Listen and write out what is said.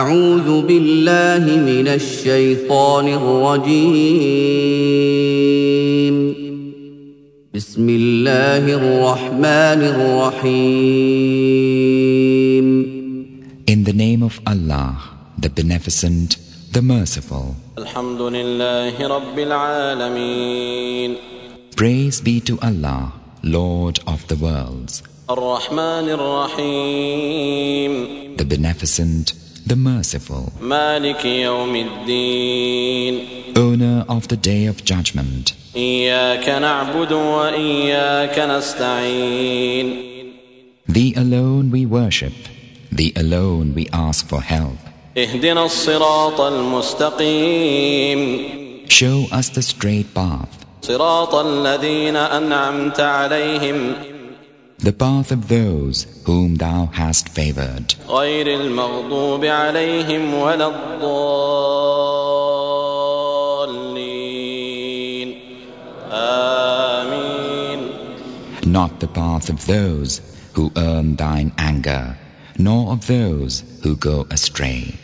أعوذ بالله من الشيطان الرجيم بسم الله الرحمن الرحيم In the name of Allah, the Beneficent, the Merciful, الحمد لله رب العالمين praise be to Allah, Lord of the worlds, الرحمن الرحيم the Beneficent, the Merciful, مالك يوم الدين owner of the Day of Judgment. إياك نعبد وإياك نستعين Thee alone we worship, Thee alone we ask for help. اهدنا الصراط المستقيم Show us the straight path, صراط الذين أنعمت عليهم the path of those whom Thou hast favored, غير المغضوب عليهم ولا الضالين آمين not the path of those who earn Thine anger, nor of those who go astray.